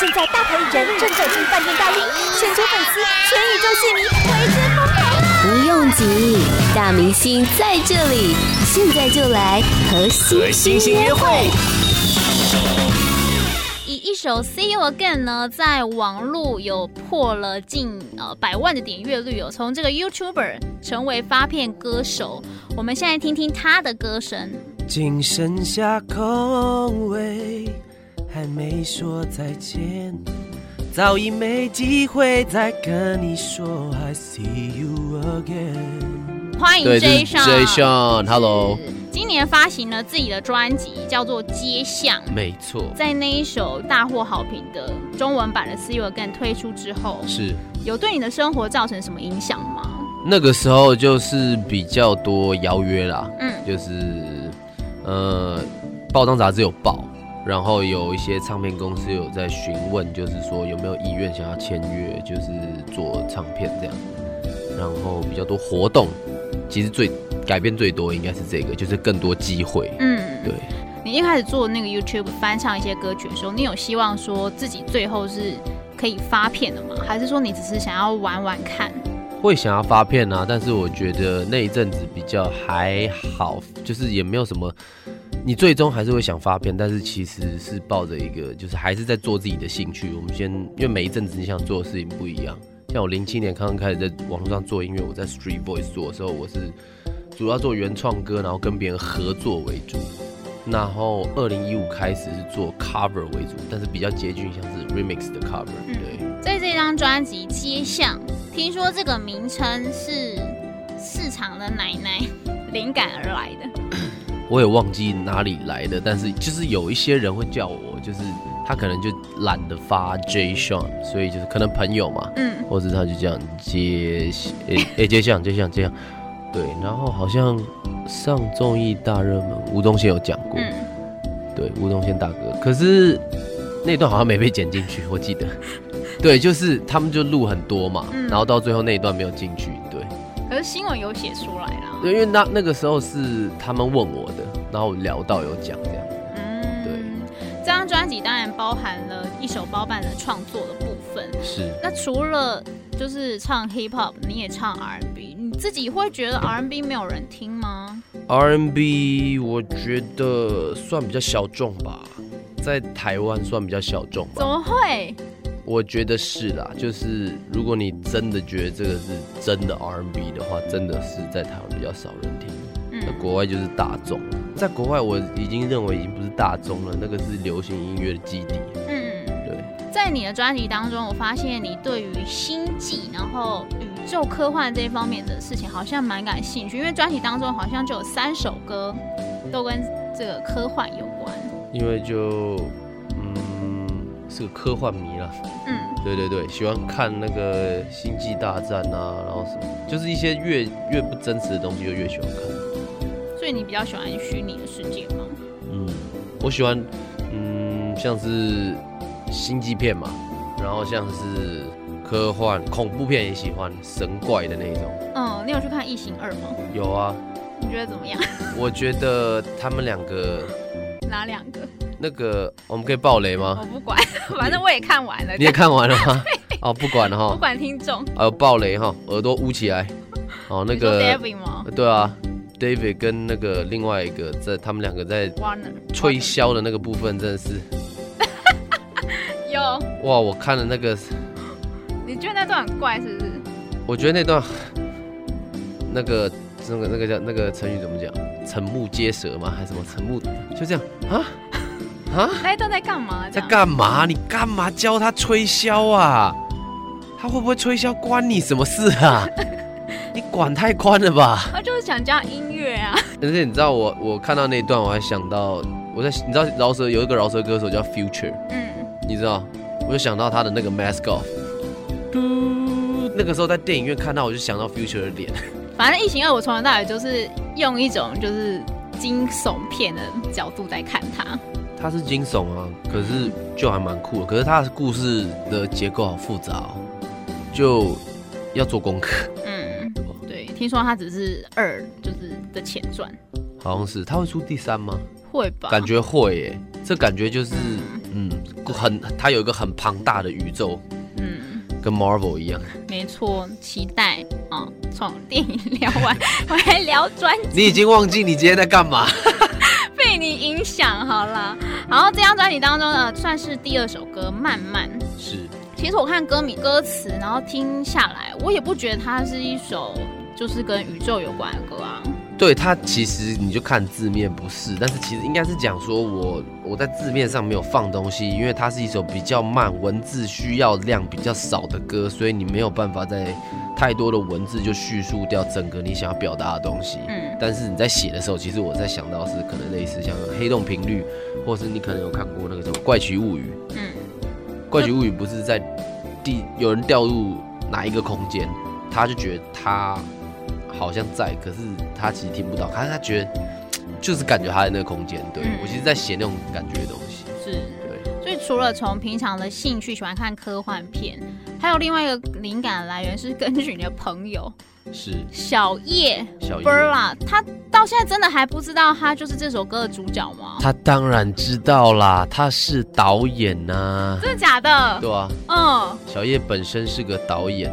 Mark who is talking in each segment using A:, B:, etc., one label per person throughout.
A: 现在大牌艺人正走进饭店大厅，全球粉丝、全宇宙戏迷为之疯狂啊！
B: 不用急，大明星在这里，现在就来和
C: 和星
B: 星
C: 星
B: 星
C: 约
B: 约
C: 会
B: 会。。
D: 以一首《See You Again》呢，在网络有破了近呃百万的点阅率哦，从这个 YouTuber 成为发片歌手。我们现在听听他的歌声，
E: 仅剩下空位，还没说再见，早已没机会再跟你说 I see you again。
D: 欢迎
C: 对，这
D: J
C: 是
D: 上。
C: J Sean，Hello，
D: 是今年发行了自己的专辑，叫做《街巷》。
C: 没错，
D: 在那一首大获好评的中文版的《See You Again》推出之后，
C: 是
D: 有对你的生活造成什么影响吗？
C: 那个时候就是比较多邀约啦，
D: 嗯，
C: 就是呃，报章杂志有报，然后有一些唱片公司有在询问，就是说有没有意愿想要签约，就是做唱片这样。然后比较多活动，其实最改变最多应该是这个，就是更多机会。
D: 嗯，
C: 对，
D: 你一开始做那个 YouTube 翻唱一些歌曲的时候，你有希望说自己最后是可以发片的吗？还是说你只是想要玩玩看？
C: 会想要发片啊，但是我觉得那一阵子比较还好，就是也没有什么。你最终还是会想发片，但是其实是抱着一个，就是还是在做自己的兴趣。我们先，因为每一阵子你想做的事情不一样。像我零七年刚刚开始在网络上做音乐，我在 Street Voice 做的时候，我是主要做原创歌，然后跟别人合作为主。然后二零一五开始是做 cover 为主，但是比较接近像是 remix 的 cover，
D: 嗯
C: 对。
D: 在这张专辑《街巷》，听说这个名称是市场的奶奶灵感而来的。
C: 我也忘记哪里来的，但是就是有一些人会叫我，就是他可能就懒得发 J Sean，所以就是可能朋友嘛，
D: 嗯，
C: 或者他就这样接，诶、诶接像接像接像，对，然后好像上综艺大热门，吴宗宪有讲过，
D: 嗯，
C: 对，吴宗宪大哥，可是那段好像没被剪进去，我记得， 对，就是他们就录很多嘛，
D: 嗯
C: 然后到最后那一段没有进去，对。
D: 可是新闻有写出来啦。
C: 对，因为那那个时候是他们问我的，然后我聊到有讲这样，
D: 嗯，这张专辑当然包含了一手包办的创作的部分。
C: 是
D: 那除了就是唱 hip hop，你也唱 R&B，你自己会觉得 R&B 没有人听吗？
C: R&B，我觉得算比较小众吧，在台湾算比较小众
D: 怎
C: 吧。
D: 么会？
C: 我觉得是啦，就是如果你真的觉得这个是真的 R&B 的话，真的是在台湾比较少人听，那
D: 嗯，
C: 国外就是大众。在国外，我已经认为已经不是大众了，那个是流行音乐的基地。
D: 嗯，
C: 对，
D: 在你的专辑当中，我发现你对于星际、然后宇宙科幻这方面的事情好像蛮感兴趣，因为专辑当中好像就有三首歌都跟这个科幻有关。
C: 因为就嗯是个科幻迷啦。
D: 嗯，
C: 对对对，喜欢看那个《星际大战》啊，然后什么，就是一些越越不真实的东西，就越喜欢看。
D: 所以你比较喜欢虚拟的世界吗？
C: 嗯，我喜欢，嗯，像是星际片嘛，然后像是科幻、恐怖片也喜欢，神怪的那一种。
D: 嗯，你有去看《异形二》吗？
C: 有啊，
D: 你觉得怎么样？
C: 我觉得他们两个
D: 哪两个？
C: 那个，我们可以爆雷
D: 我
C: 吗？
D: 不管， 反正我也看完了，
C: 哦你也看完了 吗？哦，不管了
D: 不
C: 哈，
D: 管听众。
C: 还有爆雷哈，耳朵捂起来。哦，那
D: 你说
C: 个
D: David 吗
C: 呃对啊，David 跟那个另外一个在他们两个在
D: ？Warner
C: 吹箫的那个部分真的是，
D: 有，
C: 哇！我看了那个，
D: 你觉得那段很怪是不是？
C: 我觉得那段，那个那个那个叫那个成语怎么讲？瞠目结舌嘛，还是什么？瞠目就这样啊啊！
D: 那一段在干嘛？
C: 在？干嘛？你干嘛教他吹箫啊？他会不会吹箫关你什么事啊？你管太宽了吧！
D: 他就是想加音乐啊。
C: 而且你知道我我看到那一段，我还想到我在你知道饶舌有一个饶舌歌手叫 Future，
D: 嗯，
C: 你知道，我就想到他的那个 Mask Off。嘟，那个时候在电影院看到，我就想到 Future 的脸。
D: 反正《异形二》我从头到尾就是用一种就是惊悚片的角度在看它。
C: 他是惊悚啊，可是就还蛮酷的。可是他的故事的结构好复杂哦，就要做功课。
D: 嗯，对，听说它只是二就是的前传，
C: 好像是他会出第三吗？
D: 会吧？
C: 感觉会耶，这感觉就是
D: 嗯
C: 嗯，很它有一个很庞大的宇宙，
D: 嗯，
C: 跟 Marvel 一样。
D: 没错，期待啊！从、电影聊完，我还聊专辑，
C: 你已经忘记你今天在干嘛？
D: 被你影响好啦。然后这张专辑当中呢，算是第二首歌《慢慢》。
C: 是，
D: 其实我看歌名歌词，然后听下来，我也不觉得它是一首就是跟宇宙有关的歌啊。
C: 对它其实你就看字面不是，但是其实应该是讲说我我在字面上没有放东西，因为它是一首比较慢，文字需要量比较少的歌，所以你没有办法在太多的文字就叙述掉整个你想要表达的东西。
D: 嗯，
C: 但是你在写的时候，其实我在想到是可能类似像黑洞频率，或是你可能有看过那个什么《怪奇物语》。
D: 嗯，
C: 《怪奇物语》不是在第有人掉入哪一个空间，他就觉得他好像在，可是他其实听不到，他他觉得就是感觉他在那个空间。对、
D: 嗯
C: 我其实在写那种感觉的东西。
D: 是。
C: 对，
D: 所以除了从平常的兴趣喜欢看科幻片，还有另外一个灵感来源是根据你的朋 友
C: 是
D: 小叶
C: 小叶。
D: Berla，他到现在真的还不知道他就是这首歌的主角吗？
C: 他当然知道啦，他是导演呐、
D: 真的假的？
C: 对啊，
D: 嗯，
C: 小叶本身是个导演，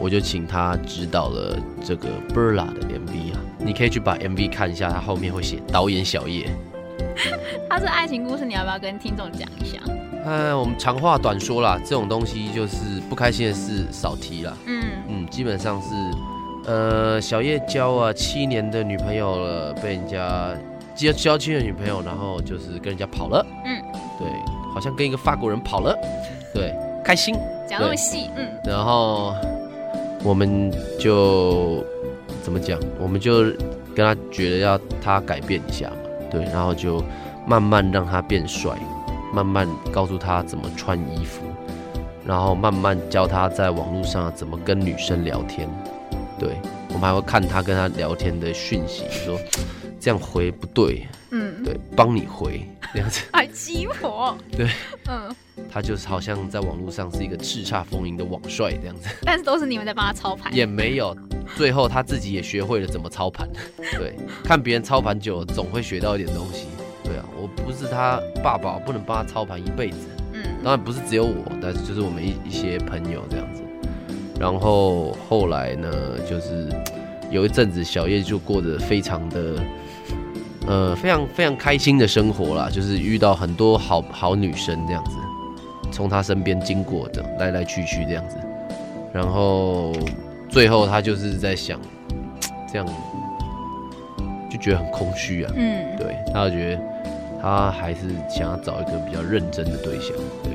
C: 我就请他指导了这个 Berla 的 MV 啊，你可以去把 MV 看一下，他后面会写导演小叶。
D: 他是爱情故事，你要不要跟听众讲一下？
C: 呃，我们长话短说啦，这种东西就是不开心的事少提啦。
D: 嗯，
C: 嗯，基本上是，呃，小叶交啊七年的女朋友了，被人家交交七年的女朋友，然后就是跟人家跑了。
D: 嗯，
C: 对，好像跟一个法国人跑了，对，开心。
D: 讲那么细，嗯，
C: 然后我们就怎么讲，我们就跟他觉得要他改变一下嘛，对，然后就慢慢让他变帅，慢慢告诉他怎么穿衣服，然后慢慢教他在网络上怎么跟女生聊天，对我们还会看他跟他聊天的讯息，说这样回不对，
D: 嗯，
C: 对，帮你回这样子。
D: 还鸡婆，
C: 对，
D: 嗯，
C: 他就是好像在网络上是一个叱咤风云的网帅这样子。
D: 但是都是你们在帮他操盘，
C: 也没有，最后他自己也学会了怎么操盘。 对，看别人操盘久了，总会学到一点东西。对啊，我不是他爸爸，我不能帮他操盘一辈子。
D: 嗯，
C: 当然不是只有我，但是就是我们一一些朋友这样子。然后后来呢，就是有一阵子，小叶就过得非常的，呃，非常非常开心的生活啦，就是遇到很多好好女生这样子，从他身边经过的，来来去去这样子。然后最后他就是在想，这样就觉得很空虚啊。
D: 嗯，
C: 对，他就觉得他还是想要找一个比较认真的对象。对，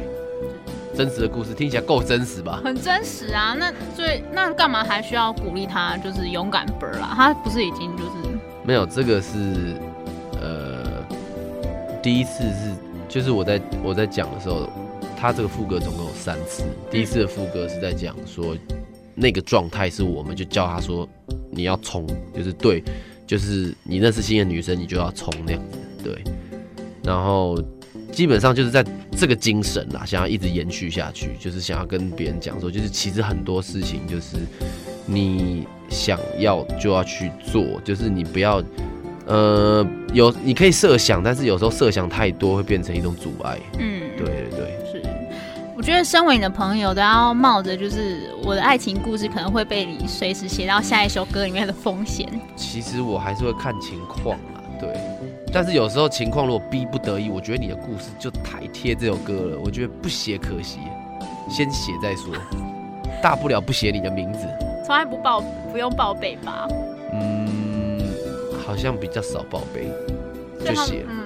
C: 真实的故事听起来够真实吧？
D: 很真实啊。那所以那干嘛还需要鼓励他，就是勇敢 Berla？他不是已经就是，
C: 没有，这个是呃第一次是，就是我在我在讲的时候，他这个副歌总共有三次。第一次的副歌是在讲说那个状态是我们就叫他说你要冲，就是对，就是你认识新的女生你就要冲那样子，对。然后基本上就是在这个精神啦，想要一直延续下去，就是想要跟别人讲说，就是其实很多事情就是你想要就要去做，就是你不要。呃，有你可以设想，但是有时候设想太多会变成一种阻碍。
D: 嗯，
C: 对。对对，
D: 是，我觉得身为你的朋友，都要冒着就是我的爱情故事可能会被你随时写到下一首歌里面的风险。
C: 其实我还是会看情况啦，对。但是有时候情况如果逼不得已，我觉得你的故事就太贴这首歌了，我觉得不写可惜，先写再说，大不了不写你的名字。
D: 从来不报，不用报备吧？
C: 嗯，好像比较少报备，
D: 所
C: 就
D: 以他们
C: 写了。
D: 嗯。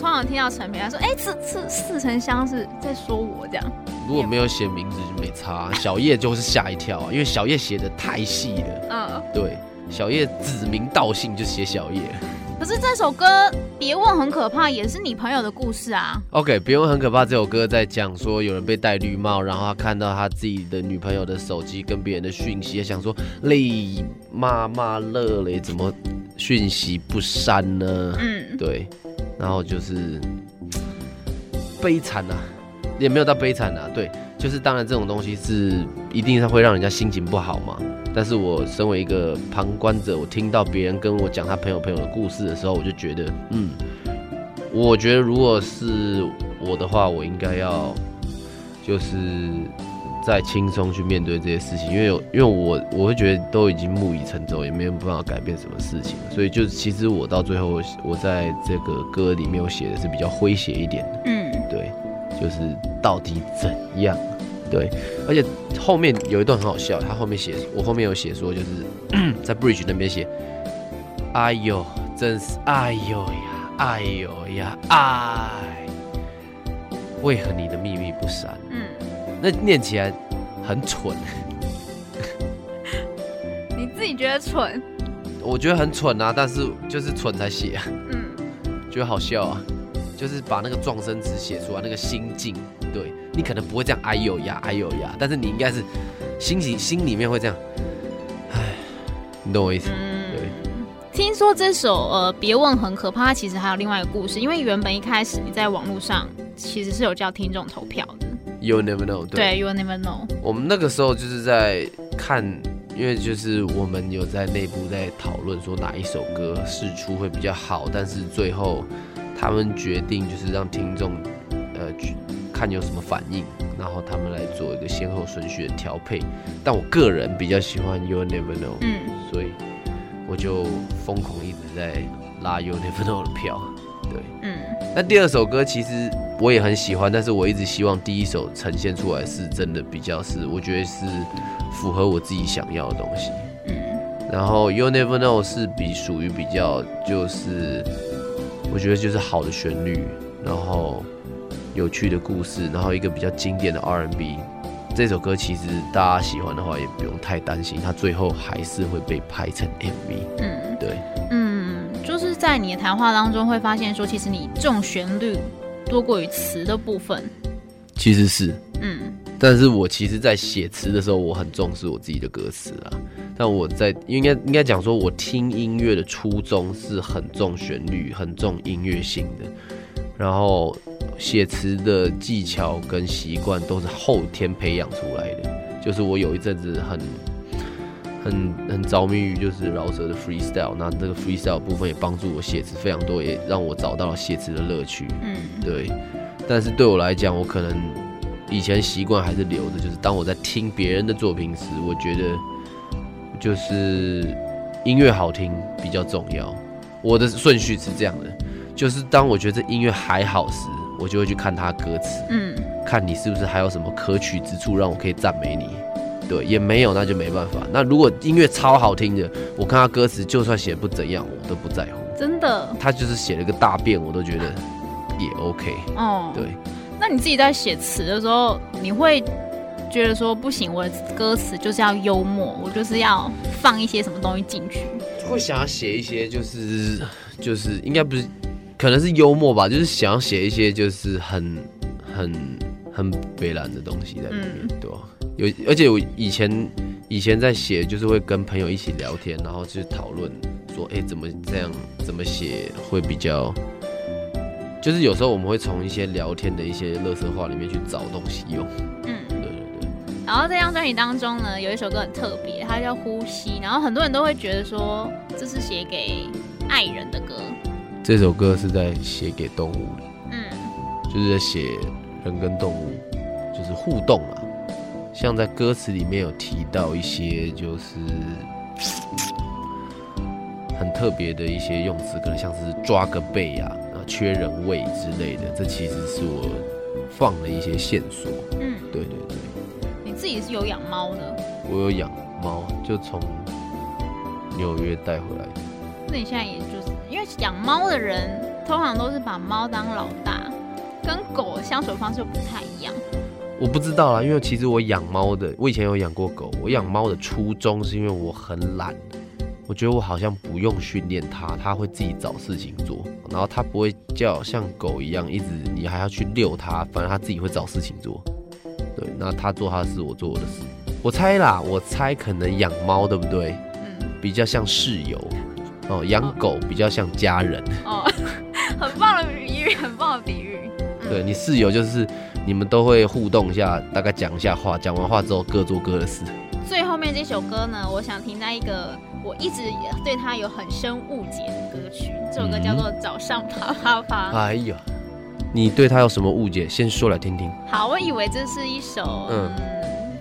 D: 通常听到陈培，他说：“哎、似似似曾相识，在说我这样。
C: 如果没有写名字就没差。小叶就是吓一跳啊，因为小叶写的太细了。”
D: 嗯，
C: 对，小叶指名道姓就写小叶。
D: 可是这首歌《别问》很可怕，也是你朋友的故事啊。
C: OK，别问很可怕。这首歌在讲说有人被戴绿帽，然后他看到他自己的女朋友的手机跟别人的讯息，也想说累骂骂乐嘞，怎么讯息不删呢？
D: 嗯，
C: 对，然后就是悲惨呐、也没有到悲惨呐、啊对，就是当然这种东西是一定是会让人家心情不好嘛。但是我身为一个旁观者，我听到别人跟我讲他朋友朋友的故事的时候，我就觉得，嗯，我觉得如果是我的话，我应该要就是再轻松去面对这些事情，因为有因为我我会觉得都已经木已成舟，也没有办法改变什么事情，所以就其实我到最后，我我在这个歌里面我写的是比较诙谐一点的。
D: 嗯，
C: 对，就是到底怎样，对，而且后面有一段很好笑，他后面写，我后面有写说，就是 在 bridge 那边写，哎呦，真是哎呦呀，哎呦呀，哎，为何你的秘密不删？
D: 嗯，
C: 那念起来很蠢，
D: 你自己觉得蠢，
C: 我觉得很蠢啊，但是就是蠢才写啊，
D: 嗯，
C: 觉得好笑啊。就是把那个撞声词写出来，那个心境，对你可能不会这样哎呦呀哎呦呀，但是你应该是心里心里面会这样，唉，你懂我意思？对
D: 听说这首呃《别问》很可怕，它其实还有另外一个故事，因为原本一开始你在网络上其实是有叫听众投票的，
C: You never know，
D: 对，You never know，
C: 我们那个时候就是在看，因为就是我们有在内部在讨论说哪一首歌试出会比较好，但是最后他们决定就是让听众呃去看有什么反应，然后他们来做一个先后顺序的调配。 但我个人比较喜欢 You Never Know，、
D: 嗯，
C: 所以我就疯狂一直在拉 You Never Know 的票。对，
D: 嗯，
C: 那第二首歌其实我也很喜欢，但是我一直希望第一首呈现出来是真的比较是，我觉得是符合我自己想要的东西。
D: 嗯，
C: 然后 You Never Know 是比属于比较就是，我觉得就是好的旋律，然后有趣的故事，然后一个比较经典的 R&B。这首歌其实大家喜欢的话，也不用太担心，它最后还是会被拍成 MV。
D: 嗯。
C: 对，
D: 嗯，就是在你的谈话当中会发现说，其实你重旋律多过于词的部分。
C: 其实是。
D: 嗯
C: 但是我其实，在写词的时候，我很重视我自己的歌词啊。但我在应该应该讲说，我听音乐的初衷是很重旋律、很重音乐性的。然后写词的技巧跟习惯都是后天培养出来的。就是我有一阵子很、很、很着迷于就是饶舌的 freestyle，那这个 freestyle 部分也帮助我写词非常多，也让我找到了写词的乐趣。
D: 嗯
C: 对，但是对我来讲，我可能以前习惯还是留着，就是当我在听别人的作品时，我觉得就是音乐好听比较重要。我的顺序是这样的，就是当我觉得这音乐还好时，我就会去看它歌词，
D: 嗯
C: 看你是不是还有什么可取之处，让我可以赞美你。对，也没有，那就没办法。那如果音乐超好听的，我看他歌词，就算写不怎样，我都不在乎。
D: 真的
C: 他就是写了个大便，我都觉得也 OK。
D: 哦。
C: 对，
D: 那你自己在写词的时候，你会觉得说不行，我的歌词就是要幽默，我就是要放一些什么东西进去。
C: 会想要写一些就是就是应该不是，可能是幽默吧，就是想要写一些就是很很很北蓝的东西在里面，对吧、有而且我以前以前在写，就是会跟朋友一起聊天，然后去讨论说，哎、怎么这样怎么写会比较。就是有时候我们会从一些聊天的一些乐色话里面去找东西用，
D: 嗯。
C: 对对对。
D: 然后这张专辑当中呢，有一首歌很特别，它叫《呼吸》，然后很多人都会觉得说这是写给爱人的歌。
C: 这首歌是在写给动物的。
D: 嗯
C: 就是在写人跟动物就是互动啊，像在歌词里面有提到一些就是很特别的一些用词，可能像是抓个背啊，啊缺人味之类的，这其实是我放了一些线索。
D: 嗯，
C: 对对对，
D: 你自己是有养猫的。
C: 我有养猫，就从纽约带回来的。
D: 那你现在也就是因为养猫的人通常都是把猫当老大，跟狗的相处方式又不太一样。
C: 我不知道啦，因为其实我养猫的，我以前有养过狗。我养猫的初衷是因为我很懒，我觉得我好像不用训练它，它会自己找事情做，然后它不会叫像狗一样一直你还要去遛它，反正它自己会找事情做。对，那它做它的事，我做我的事。我猜啦，我猜可能养猫对不对，
D: 嗯，
C: 比较像室友，哦，养狗比较像家人。
D: 哦， 很棒的比喻，很棒的比喻。
C: 对你室友就是你们都会互动一下，大概讲一下话，讲完话之后各做各的事。
D: 最后面这首歌呢，我想停在一个我一直对它
C: 啊
D: 有很深误解的歌曲，这首歌叫做《早上啪啪啪》。
C: 哎呀。你对他有什么误解，先说来听听。
D: 好，我以为这是一首
C: 嗯
D: 嗯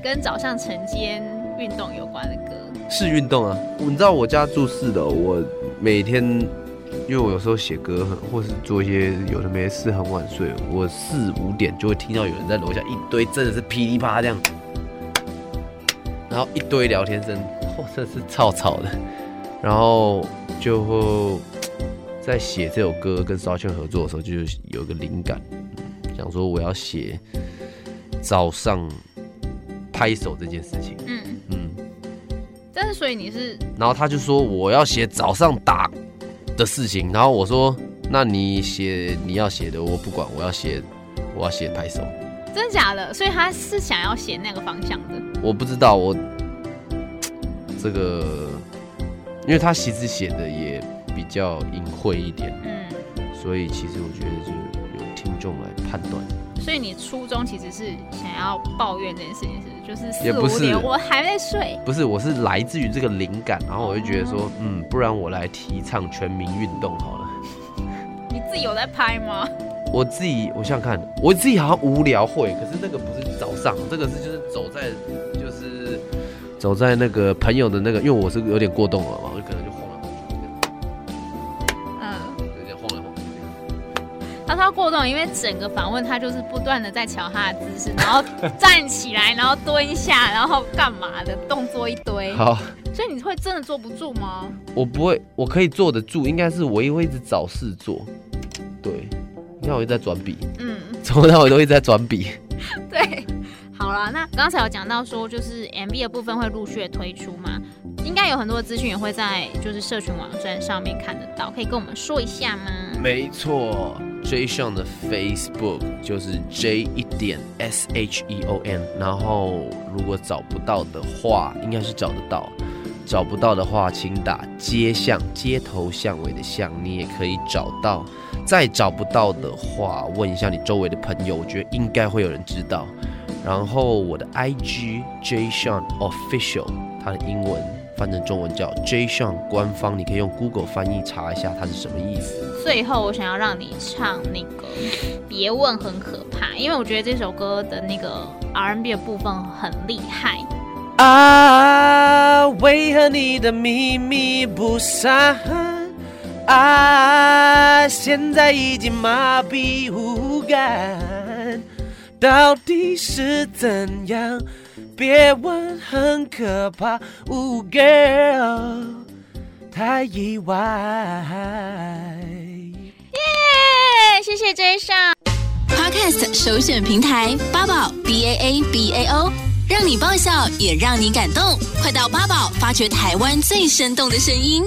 D: 跟早上晨间运动有关的歌，
C: 是运动啊，你知道我家住四楼，我每天，因为我有时候写歌很，或是做一些有的没的事，很晚睡，我四五点就会听到有人在楼下一堆，真的是噼里啪啦这样，然后一堆聊天声，哇，真的是吵吵的，然后就会在写这首歌跟烧圈合作的时候，就是有一个灵感，想说我要写早上拍手这件事情，
D: 嗯，
C: 嗯。
D: 但是所以你是
C: 然后他就说我要写早上打的事情，然后我说那你写你要写的，我不管，我要写我要写拍手，
D: 真的假的？所以他是想要写那个方向的，
C: 我不知道我这个，因为他其实写的也比较隐晦一点，
D: 嗯，
C: 所以其实我觉得就由听众来判断。
D: 所以你初衷其实是想要抱怨这件事情，是不是？就是
C: 也
D: 四
C: 不
D: 五
C: 是
D: 点我还在睡，
C: 不是，我是来自于这个灵感，然后我就觉得说，嗯，不然我来提倡全民运动好了。
D: 你自己有在拍吗？
C: 我自己，我想想看，我自己好像无聊会，可是那个不是早上，这个是就是走在就是走在那个朋友的那个，因为我是有点过动了嘛，我就可能就晃来晃去，
D: 嗯。
C: 这样就这样晃来晃去。
D: 他说他过动，因为整个访问他就是不断的在瞧他的姿势，然后站起来，然后蹲下，然后干嘛的动作一堆，
C: 好，
D: 所以你会真的坐不住吗？
C: 我不会，我可以坐得住，应该是我也会一直找事做。对，你看我一直在转笔，
D: 嗯，
C: 从头到尾都一直在转笔。
D: 对。 好啦，那刚才有讲到说，就是 MV 的部分会陆续地推出嘛，应该有很多资讯也会在就是社群网站上面看得到，可以跟我们说一下吗？
C: 没错，J Sean 的 Facebook 就是 J 一点 S H E O N，然后如果找不到的话，应该是找得到。找不到的话，请打街巷、街头巷尾的巷，你也可以找到。再找不到的话，问一下你周围的朋友，我觉得应该会有人知道。然后我的 IG J Sean Official，它的英文翻成中文叫 J Sean 官方，你可以用 Google 翻译查一下它是什么意思。
D: 最后我想要让你唱那个《别问很可怕》，因为我觉得这首歌的那个 R&B 的部分很厉害，
E: 啊，为何你的秘密不散？啊，现在已经麻痹无感，到底是怎样？别问，很可怕。Oh girl，太意外。
D: 耶！谢谢 J 上，
B: Podcast 首选平台八宝 B A A B A O，让你爆笑也让你感动。快到八宝发掘台湾最生动的声音。